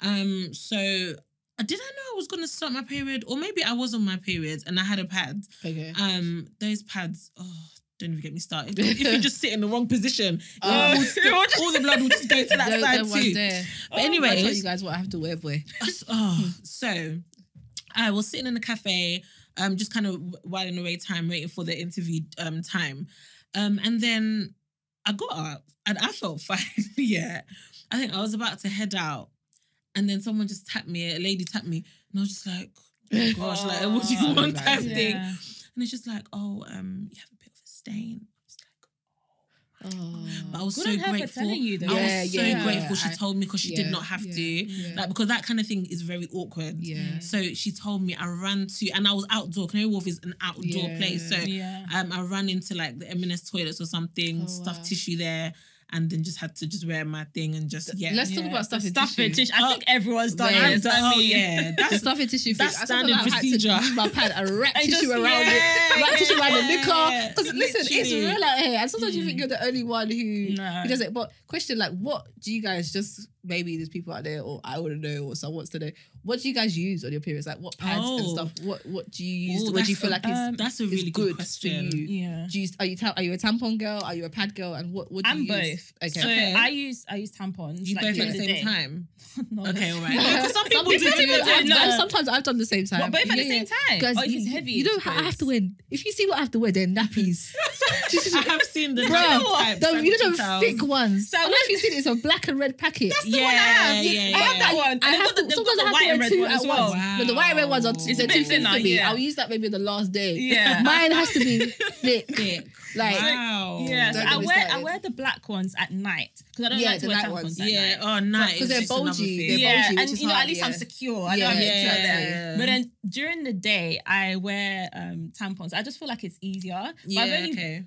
S2: Um. So uh, did I know I was gonna start my period, or maybe I was on my period and I had a pad.
S1: okay.
S2: Um. Those pads. Oh. Don't even get me started. If you just sit in the wrong position, it will still- all the blood will just go to that
S1: There-
S2: side
S1: there was
S2: too. Oh
S1: there.
S2: But
S1: I'll tell you
S2: anyways,
S1: guys what I have to wear, boy.
S2: oh, so I was sitting in a cafe, um, just kind of whiling away time, waiting for the interview um time, um, and then I got up and I felt fine. yeah, I think I was about to head out, and then someone just tapped me. A lady tapped me, and I was just like, oh my gosh, like what do
S1: Oh,
S2: you want
S1: right.
S2: type
S3: Yeah.
S2: thing, and it's just like, oh, um, you have a bit of a stain. I was like, but I was
S3: Good
S2: so
S3: on her for
S2: grateful.
S3: telling you, though.
S2: I was
S1: Yeah,
S2: so
S1: yeah.
S2: grateful she
S1: I-
S2: told me because she
S1: yeah,
S2: did not have
S1: yeah,
S2: to.
S1: yeah.
S2: Like because that kind of thing is very awkward.
S1: Yeah.
S2: So she told me I ran to and I was outdoor. Canary Wharf is an outdoor
S1: Yeah.
S2: place. So
S3: Yeah.
S2: um I ran into like the M&S toilets or something,
S1: Oh,
S2: stuffed
S1: wow.
S2: tissue there, and then just had to just wear my thing and just yeah.
S1: Let's talk
S3: Yeah.
S1: about stuff in
S3: Stuff in
S1: tissue.
S3: tissue. I think everyone's done
S1: Wait.
S3: it.
S1: I've
S3: I
S2: oh
S3: mean-
S2: yeah.
S1: The
S2: That's
S1: stuff in tissue.
S2: That's
S1: thing. I sometimes
S2: standard
S1: I've had to
S2: procedure.
S1: use My pad and wrap
S3: And
S1: tissue
S3: just-
S1: around
S2: yeah,
S1: it. Wrap tissue around the
S2: yeah.
S1: knicker. Because listen, it's
S2: Literally. Hmm.
S1: real out here. And sometimes you think you're the only one who,
S3: No.
S1: who does it. But question like, what do you guys just maybe there's people out there or I want to know or someone wants to know. What do you guys use on your periods? Like what pads and
S2: Oh.
S1: stuff? What what do you use?
S2: Oh,
S1: what
S2: that's
S1: do you feel
S2: a-
S1: like is,
S3: um,
S2: that's a
S1: is
S2: really good,
S1: good,
S2: question.
S1: for you?
S3: Yeah.
S1: Do you are you ta- are you a tampon girl? Are you a pad girl? And what what do
S3: I'm
S1: you use?
S3: both.
S1: Okay.
S3: So
S2: Okay.
S3: I use I use tampons.
S2: You
S3: like,
S2: both
S3: during
S2: at the same
S3: day.
S2: time.
S3: No.
S2: Okay, all right.
S1: Yeah.
S2: Because some people do
S3: people
S2: do
S3: do
S2: that.
S3: it.
S1: I've
S3: No.
S1: done, sometimes I've done the same time.
S3: But both at the same time.
S1: Guys,
S3: Oh, if
S1: you,
S3: it's heavy,
S1: you know
S3: it's
S1: how I have to
S3: gross.
S1: win. If you see what I have to wear, they're nappies.
S2: I have seen the different
S1: Bruh,
S2: types
S1: the,
S2: and
S1: you know the
S2: details.
S1: thick ones.
S3: So
S1: I don't know
S3: when-
S1: if you've seen it, it's a black and red packet. That's
S2: the one I have. Yeah, yeah,
S3: I have
S2: yeah.
S3: that one.
S1: I
S3: They've
S1: have
S3: got the,
S1: to,
S3: they've
S1: sometimes
S3: got
S1: I
S3: the
S1: have
S3: white
S1: to wear
S3: and red
S1: two
S3: one
S1: at
S3: as well.
S1: once. No, the white and red ones are
S2: Wow.
S1: too,
S2: It's
S1: they're
S3: a bit
S1: too thin for
S3: thinner,
S1: me.
S3: yeah.
S1: I'll use that maybe the last day.
S3: Yeah.
S1: Mine has to be thick.
S2: thick.
S1: Like-
S2: wow.
S3: Yeah, so
S1: Oh, Don't
S3: I
S1: get me
S3: wear I
S1: started.
S3: wear the black ones at night because I don't
S1: Yeah,
S3: like to
S1: the
S3: wear
S1: night
S3: tampons
S1: ones.
S3: at
S2: Yeah.
S3: night.
S2: Oh, nice.
S1: Because they're bulgy, they're
S3: yeah,
S1: bulgy, which
S3: and
S1: is
S3: you know
S1: hard,
S3: at least I'm
S1: yeah.
S3: secure. I
S1: Yeah,
S3: know I'm
S1: yeah,
S3: secure there.
S2: yeah.
S3: But then during the day, I wear um, tampons. I just feel like it's easier. But I've only
S2: okay.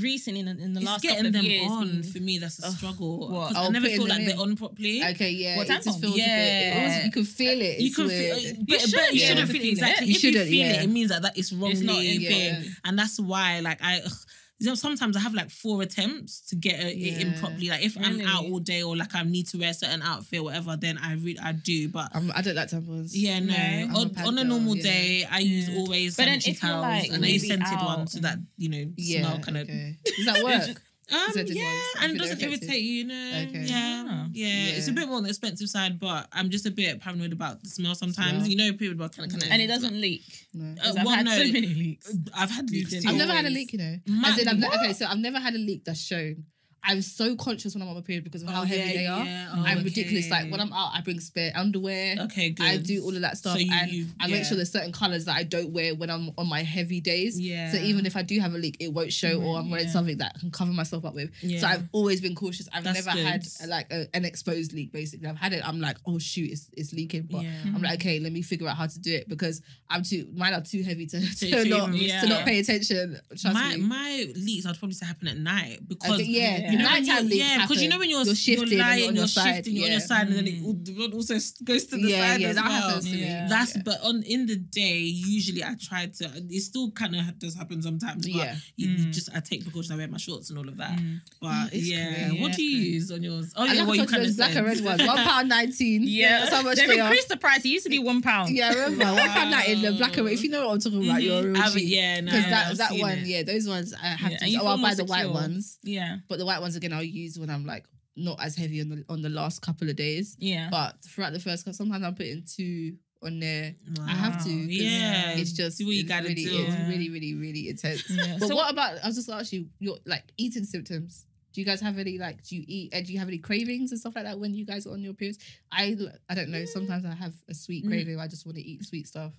S3: recently in, in the
S2: It's
S3: last couple
S2: getting
S3: of
S2: them
S3: years
S2: on
S3: been-
S2: for me. That's a struggle. 'Cause
S3: What?
S2: I
S1: Oh,
S2: never
S1: putting
S2: feel like
S1: them
S2: they're
S1: in.
S2: on properly.
S1: Okay, yeah.
S3: What
S1: it just
S3: tampon?
S1: feels a bit.
S2: Yeah.
S1: It was, you can feel it.
S2: You
S1: It's
S2: can feel, uh,
S1: weird.
S2: but, but you
S3: shouldn't, yeah.
S2: shouldn't
S3: You
S2: feel it
S3: feel it.
S2: exactly.
S1: You
S2: if you
S1: shouldn't,
S2: feel
S1: yeah.
S2: it, it means that that is wrongly
S3: not in,
S2: in
S1: yeah.
S2: thing, and that's why. Like I, ugh, you know, sometimes I have like four attempts to get uh, it it in
S1: Yeah.
S2: properly. Like if I'm
S3: Really?
S2: out all day or like I need to wear a certain outfit, whatever, then I re- I do. But
S1: I'm, I don't like tampons.
S2: Yeah, no.
S3: No.
S2: On,
S1: I'm a
S2: on a
S1: pad
S2: normal
S1: girl, yeah.
S2: day, I use
S3: Yeah.
S2: always
S3: But then
S2: sanitary
S3: if you're,
S2: towels
S3: like,
S2: and I use
S3: maybe
S2: scented
S3: out
S2: ones so
S3: and-
S2: that you know
S1: Yeah.
S2: smell kind
S1: okay. Does that work?
S2: of. Um,
S1: Scented
S2: yeah,
S1: ones,
S2: and
S1: if
S2: it
S1: they're
S2: doesn't
S1: effective.
S2: irritate you, you know.
S1: Okay.
S2: Yeah,
S3: Ah.
S2: yeah, It's a
S1: Yeah.
S2: bit more on the expensive side, but I'm just a bit paranoid about the smell sometimes.
S1: Smell.
S2: You know, people are kind of
S3: and it doesn't leak.
S1: No.
S3: 'Cause
S2: Uh,
S3: I've
S2: well,
S3: had
S2: no, Uh,
S3: so many leaks.
S2: I've had
S3: You
S2: leaks.
S3: didn't.
S2: too.
S1: I've never had a
S2: Always.
S1: leak, you know.
S2: Man,
S1: As in, I've ne-
S2: what?
S1: okay, so I've never had a leak that's shown. I'm so conscious when I'm on my period because of how
S2: Oh,
S1: heavy
S2: yeah,
S1: they are.
S2: yeah. Oh,
S1: I'm ridiculous.
S2: okay.
S1: Like when I'm out, I bring spare underwear.
S2: Okay, good.
S1: I do all of that stuff,
S2: So you-
S1: and
S2: you-
S1: I
S2: yeah.
S1: make sure there's certain colors that I don't wear when I'm on my heavy days.
S2: Yeah.
S1: So even if I do have a leak, it won't show, or I'm wearing
S3: yeah.
S1: something that I can cover myself up with.
S2: Yeah.
S1: So I've always been cautious. I've
S2: That's
S1: never
S2: good.
S1: had uh, like a, an exposed leak. Basically, I've had it. I'm like, oh shoot, it's it's leaking, but
S2: Yeah. Mm-hmm.
S1: I'm like, okay, let me figure out how to do it because I'm too mine are too heavy to to,
S2: to
S1: not
S2: even
S1: to
S3: risk
S1: not
S3: it.
S1: pay attention. Trust
S2: my
S1: me.
S2: my leaks I'd probably say happen at night because
S1: yeah,
S2: yeah, You know, when
S1: Nighttime
S2: you,
S1: leaks
S2: yeah, because you
S1: happen.
S2: know when you're,
S1: You're
S2: you're,
S1: shifting and
S2: lying,
S1: you're
S2: you're,
S1: on your side,
S2: shifting, you're on
S1: yeah.
S2: your side, and then it, all- the road also s- goes to the
S1: yeah,
S2: side
S1: yeah,
S2: as
S1: that
S2: well.
S1: happens to me.
S3: Yeah.
S2: That's but on in the day, usually I try to. It still kind of does happen sometimes. But
S1: Yeah.
S2: you, you
S3: Mm.
S2: just I take precautions. I wear my shorts and all of that.
S3: Mm.
S2: But
S1: It's
S2: yeah,
S1: crazy.
S2: what
S3: Yeah,
S2: do you
S1: crazy.
S2: use on yours? Oh
S1: I
S2: yeah,
S1: love
S2: well
S1: to
S2: you
S1: talk to
S2: kind
S1: those
S2: of
S1: black and red ones. One pound nineteen.
S3: Yeah,
S1: that's how much
S3: they've
S1: they are.
S3: increased the price. It used to be one pound.
S1: Yeah, I remember one pound nineteen. The black and red. If you know what I'm talking about, you're a real
S2: Mm-hmm. I've,
S1: G.
S2: yeah, no,
S1: Because that
S2: I've
S1: that
S2: seen
S1: one,
S2: it.
S1: yeah, those ones I have
S3: Yeah,
S1: to.
S3: and
S1: Use.
S3: you
S1: Oh,
S3: feel
S1: I'll
S3: more
S1: buy the white
S3: secure.
S1: ones,
S3: Yeah,
S1: but the white ones again I'll use when I'm like not as heavy on the on the last couple of days.
S3: yeah.
S1: But throughout the first, because sometimes I'm putting two on there. I have to.
S2: Wow.
S1: 'cause
S2: Yeah,
S1: it's just
S2: do what you
S1: it's
S2: gotta
S1: really,
S2: do.
S1: It's
S3: Yeah.
S1: really, really, really intense.
S3: Yeah,
S1: But
S3: so-
S1: what about? I was just gonna ask you your like eating symptoms. Do you guys have any like? Do you eat? And do you have any cravings and stuff like that when you guys are on your periods? I I don't know. Sometimes I have a sweet
S2: Mm.
S1: craving. I just want to eat sweet stuff.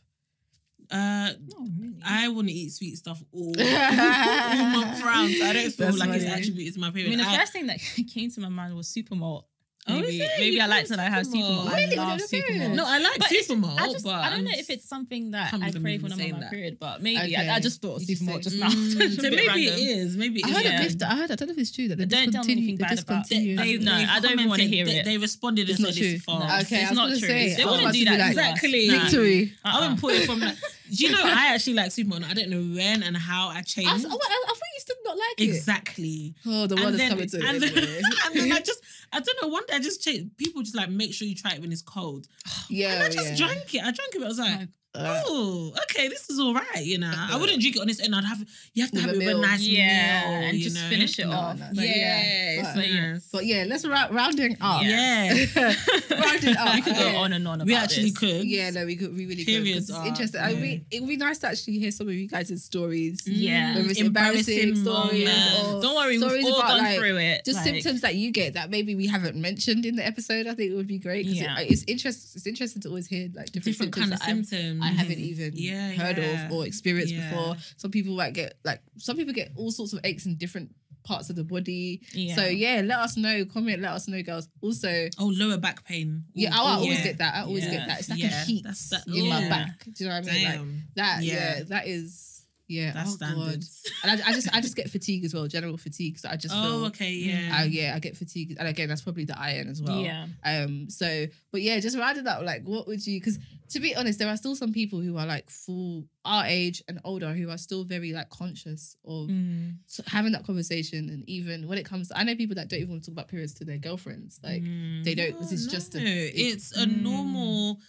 S2: Uh,
S3: Not really.
S2: I want to eat sweet stuff all, all month round. I don't feel
S1: That's
S2: like it's
S1: funny.
S2: actually it's my
S3: I
S2: period.
S3: mean, the
S2: I-
S3: first thing that came to my mind was supermalt.
S2: Oh, is
S3: Maybe,
S2: it?
S3: maybe
S2: You
S3: I like
S2: call
S3: to like have
S2: Supermalt?
S3: supermalt. I
S1: Really?
S3: love
S1: With your period?
S3: supermalt.
S2: no, I like
S3: But it's-
S2: Supermalt,
S3: I, just,
S2: but
S3: I don't know
S2: I'm
S3: if it's something that
S2: can't
S3: I
S2: believe I'm
S3: crave
S2: even
S3: when I'm on
S2: saying
S3: my
S2: that.
S3: period, but maybe I,
S1: Okay.
S3: I just thought
S1: You just
S3: supermalt
S1: said-
S3: just now.
S2: Mm, so maybe it is. Maybe it
S1: I
S2: is.
S1: heard
S3: Yeah.
S1: a gift. I heard. I don't know if it's true that they
S3: Don't tell me
S1: discontinued-
S3: anything
S1: they
S3: bad about-
S2: They,
S1: discontinued.
S2: they,
S3: No,
S2: they
S3: I don't even wanna
S2: commented-
S3: hear
S2: they,
S3: it.
S2: They responded
S1: It's
S2: and
S1: not
S2: said
S1: true.
S2: it's false.
S3: No.
S1: Okay,
S3: It's
S1: I was
S3: not
S1: gonna
S3: true.
S1: say, I
S3: They
S1: was
S3: wouldn't
S1: about
S3: do
S1: to be
S3: that
S1: like,
S3: to us.
S2: Exactly.
S3: Nah.
S1: Victory.
S2: I wouldn't put it from like. Do you know I actually like Supermalt? I don't know when and how I
S1: I, was,
S2: changed.
S1: oh, I, I thought you still not like it.
S2: Exactly.
S1: Oh, the one is coming to
S2: and,
S1: it.
S2: then,
S1: anyway.
S2: and then I just, I don't know, one day I just changed. People just like, make sure you try it when it's cold.
S1: yeah,
S2: And I just
S1: yeah.
S2: drank it. I drank it, but I was like,
S1: Uh,
S2: oh, okay, this is all right, you know. I
S1: Uh,
S2: wouldn't drink it on its own. I'd have, you have to
S1: With
S2: have
S1: a
S2: it with a
S1: meal.
S2: nice
S3: yeah,
S2: meal.
S3: and
S2: you
S3: just
S2: know?
S3: finish it
S1: No,
S3: off.
S1: no,
S3: But
S1: yeah.
S3: yeah,
S1: But-
S3: so yeah.
S1: but yeah, let's round rounding up.
S2: Yeah.
S1: rounding up.
S3: We could go
S1: Yeah.
S3: on and on about
S2: we actually
S3: this.
S2: could.
S1: Yeah, no, we could. We really could. 'cause
S2: Periods
S1: It's
S2: are-
S1: interesting. I mean, it would be nice to actually hear some of you guys' stories.
S2: Mm,
S3: Yeah.
S1: Whether it's embarrassing stories
S2: moments.
S1: or
S3: Don't worry,
S1: stories
S3: we've all
S1: about,
S3: gone
S1: like,
S3: through it.
S1: Just
S3: like-
S1: symptoms that you get that maybe we haven't mentioned in the episode. I think it would be great because
S3: Yeah.
S1: it, it's interesting. It's interesting to always hear like different,
S2: different kind of
S1: symptoms. that I've-
S2: symptoms.
S1: I haven't even
S2: Yeah,
S1: heard
S2: yeah.
S1: of or experienced
S2: Yeah.
S1: before. Some people might get like some people get all sorts of aches in different parts of the body.
S3: Yeah.
S1: So yeah, let us know. Comment, let us know, girls. Also,
S2: Oh, lower back pain.
S1: yeah,
S2: Ooh,
S1: oh, I, I always
S2: Mm, yeah.
S1: get that. I always
S2: Yeah.
S1: get that. It's like
S2: Yeah.
S1: a heat
S2: That's that-
S1: in my
S2: yeah.
S1: back. Do you know what I mean? Like
S2: Damn.
S1: that, yeah.
S2: Yeah.
S1: that is yeah.
S2: That's
S1: oh god.
S2: standards.
S1: And I, I just I just get fatigue as well, general fatigue. So I just feel
S2: Oh, okay, yeah.
S1: I, yeah, I get fatigue, and again, that's probably the iron as well.
S3: Yeah.
S1: Um. So, but yeah, just rounded up. Like, what would you? Because to be honest, there are still some people who are like full our age and older who are still very like conscious of
S3: Mm.
S1: s- having that conversation, and even when it comes, to, I know people that don't even want to talk about periods to their girlfriends. Like, they don't. This is just a.
S2: Mm, No, it's a
S3: Mm.
S2: normal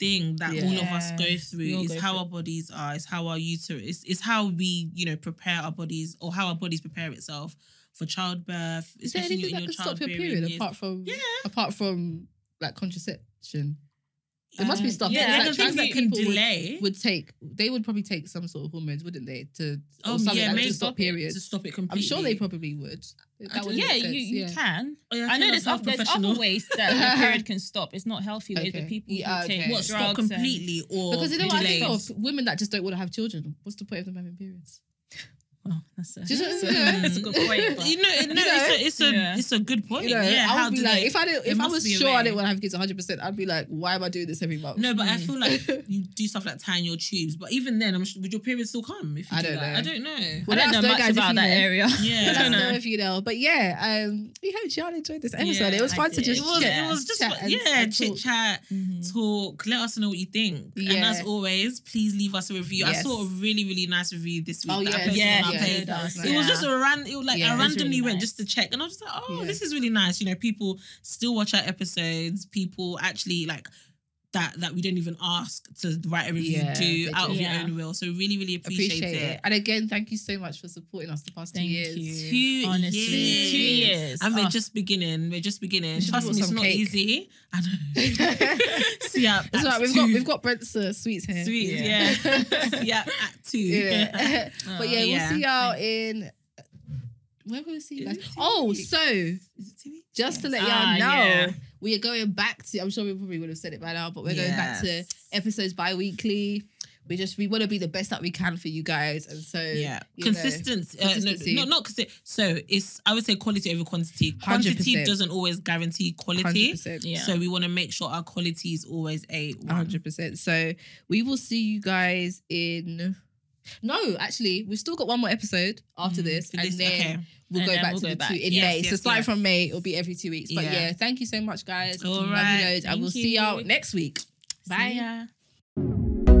S2: thing that all of us
S3: Yeah.
S2: go
S3: We
S2: through.
S3: all
S2: It's
S3: go
S2: how
S3: through.
S2: our bodies are. It's how our uterus. It's how we, you know, prepare our bodies or how our bodies prepare itself for childbirth.
S1: is there
S2: especially
S1: anything
S2: in
S1: that
S2: your
S1: can stop your
S2: childbearing
S1: period
S2: years.
S1: apart from
S2: Yeah.
S1: apart from like contraception? There must be
S2: Uh,
S1: stuff.
S3: yeah,
S1: like,
S2: Yeah,
S3: there
S2: the
S3: can
S2: things
S1: trans
S2: that
S3: be-
S2: can
S1: people would-
S2: delay. Oh,
S1: would take they would probably take some sort of hormones, wouldn't they? To or
S2: Oh,
S1: something
S2: yeah,
S1: like that
S2: maybe
S1: to stop
S2: it,
S1: periods.
S2: to stop it
S1: I'm
S2: completely.
S1: sure they probably would.
S2: I
S1: That
S2: don't
S1: would
S3: Yeah,
S1: make
S3: you,
S1: sense,
S3: you
S1: yeah.
S3: can.
S2: Oh, yeah,
S3: I know
S2: think
S3: there's,
S2: that's
S3: oth- there's
S2: professional.
S3: other ways that the period can stop. It's not healthy ways,
S1: Okay.
S3: but people
S1: Yeah,
S3: who take
S1: okay.
S2: What,
S3: drugs
S2: stop
S3: and-
S2: completely or
S1: Because you know what I think
S2: delays?
S1: of women that just don't want to have children. What's the point of them having periods?
S3: well, that's a,
S1: Just-
S3: that's a good point. but-
S2: you know, no, it's a it's a
S3: Yeah.
S2: it's a good point.
S1: You know,
S2: Oh, yeah,
S1: I
S2: how
S1: would be
S2: do
S1: like,
S2: they-
S1: if I didn't,
S2: there
S1: if I
S2: must
S1: was
S2: be a
S1: sure I
S2: way.
S1: didn't want to have kids 100, percent I'd be like, why am I doing this every month?
S2: No, but I feel like you do stuff like tying your tubes. But even then, I'm sure, would your period still come? If you
S1: I
S2: do
S1: don't
S2: that?
S1: know.
S2: I don't know.
S3: I
S1: Well,
S3: don't
S1: let us
S3: know
S1: know,
S3: much
S1: guys, if you
S3: about that
S1: know.
S3: area.
S2: Yeah.
S1: Let us
S3: don't
S1: Mm. know
S3: know.
S1: if you know. But yeah, um, we hope y'all enjoyed this episode.
S2: Yeah,
S1: it was
S3: I
S1: fun to
S3: did.
S1: just
S2: It was,
S1: chat,
S2: it was just
S1: chat
S2: like,
S1: and-
S2: yeah,
S1: and
S2: chit
S1: talk. Mm-hmm.
S2: chat, talk. Let us know what you think. And
S1: Yeah.
S2: as always, please leave us a review. I
S1: Yes.
S2: saw a really, really nice review this week.
S1: Oh
S2: that I
S1: yeah,
S2: posted
S3: yeah,
S2: on our
S3: yeah,
S2: page.
S3: that
S1: was
S3: was
S2: It
S3: nice.
S2: was just a ran. It was like
S1: Yeah,
S2: I
S1: it was
S2: randomly
S3: really
S2: went
S3: nice.
S2: just to check, and I was just like, oh,
S1: Yeah.
S2: this is really nice. You know, people still watch our episodes. People actually like. That, that we don't even ask to write a review
S1: Yeah,
S2: do
S1: they
S2: out of
S3: do.
S2: your own will. So really, really appreciate, it.
S1: And again, thank you so much for supporting us the past
S3: Thank
S1: two years.
S3: you.
S2: Two
S3: Honestly,
S2: years.
S3: two years.
S2: And we're
S3: Oh.
S2: just beginning. We're just beginning.
S1: should
S2: Trust
S1: do
S2: me, it's
S1: some
S2: not
S1: cake.
S2: easy. I know.
S1: That's
S2: See ya. at
S1: right. We've
S2: two.
S1: got we've got Brent's uh, sweets here.
S2: Sweet, yeah.
S3: Yeah.
S2: See ya at two.
S1: Yeah. but yeah,
S2: yeah.
S1: we'll see y'all in. Where will we see you
S2: Is
S1: guys?
S2: it two
S1: Oh,
S2: weeks?
S1: so
S2: Is it two weeks?
S1: just to let y'all
S3: Ah,
S1: know,
S3: yeah.
S1: we are going back to. I'm sure we probably would have said it by now, but we're going back to
S2: Yes.
S1: episodes bi-weekly. We just we want to be the best that we can for you guys, and so
S2: Yeah,
S1: you know,
S2: consistency. Uh,
S1: consistency.
S2: no, no, not consi- So it's I would say quality over quantity. Quantity
S1: 100%.
S2: doesn't always guarantee quality.
S1: 100%.
S3: Yeah.
S2: So we want to make sure our quality is always a one.
S1: hundred percent. So we will see you guys in No, actually, we've still got one more episode after this,
S3: for
S1: and
S3: this-
S1: then
S3: okay.
S1: we'll
S4: And
S1: go
S4: then
S1: back
S4: we'll
S1: to
S4: go
S1: the
S4: back.
S1: two in
S3: Yes,
S1: May. so
S3: yes,
S1: starting
S3: yes.
S1: from May, it'll be every two weeks. But
S3: Yeah.
S1: yeah, thank you so much, guys.
S3: All
S1: Love you
S3: right.
S1: loads, and
S4: Thank
S1: we'll see y'all
S4: you.
S1: next week. Bye.
S4: See ya.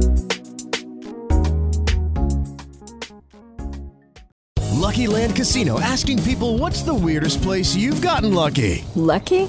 S5: Lucky Land Casino asking people what's the weirdest place you've gotten lucky?
S6: Lucky?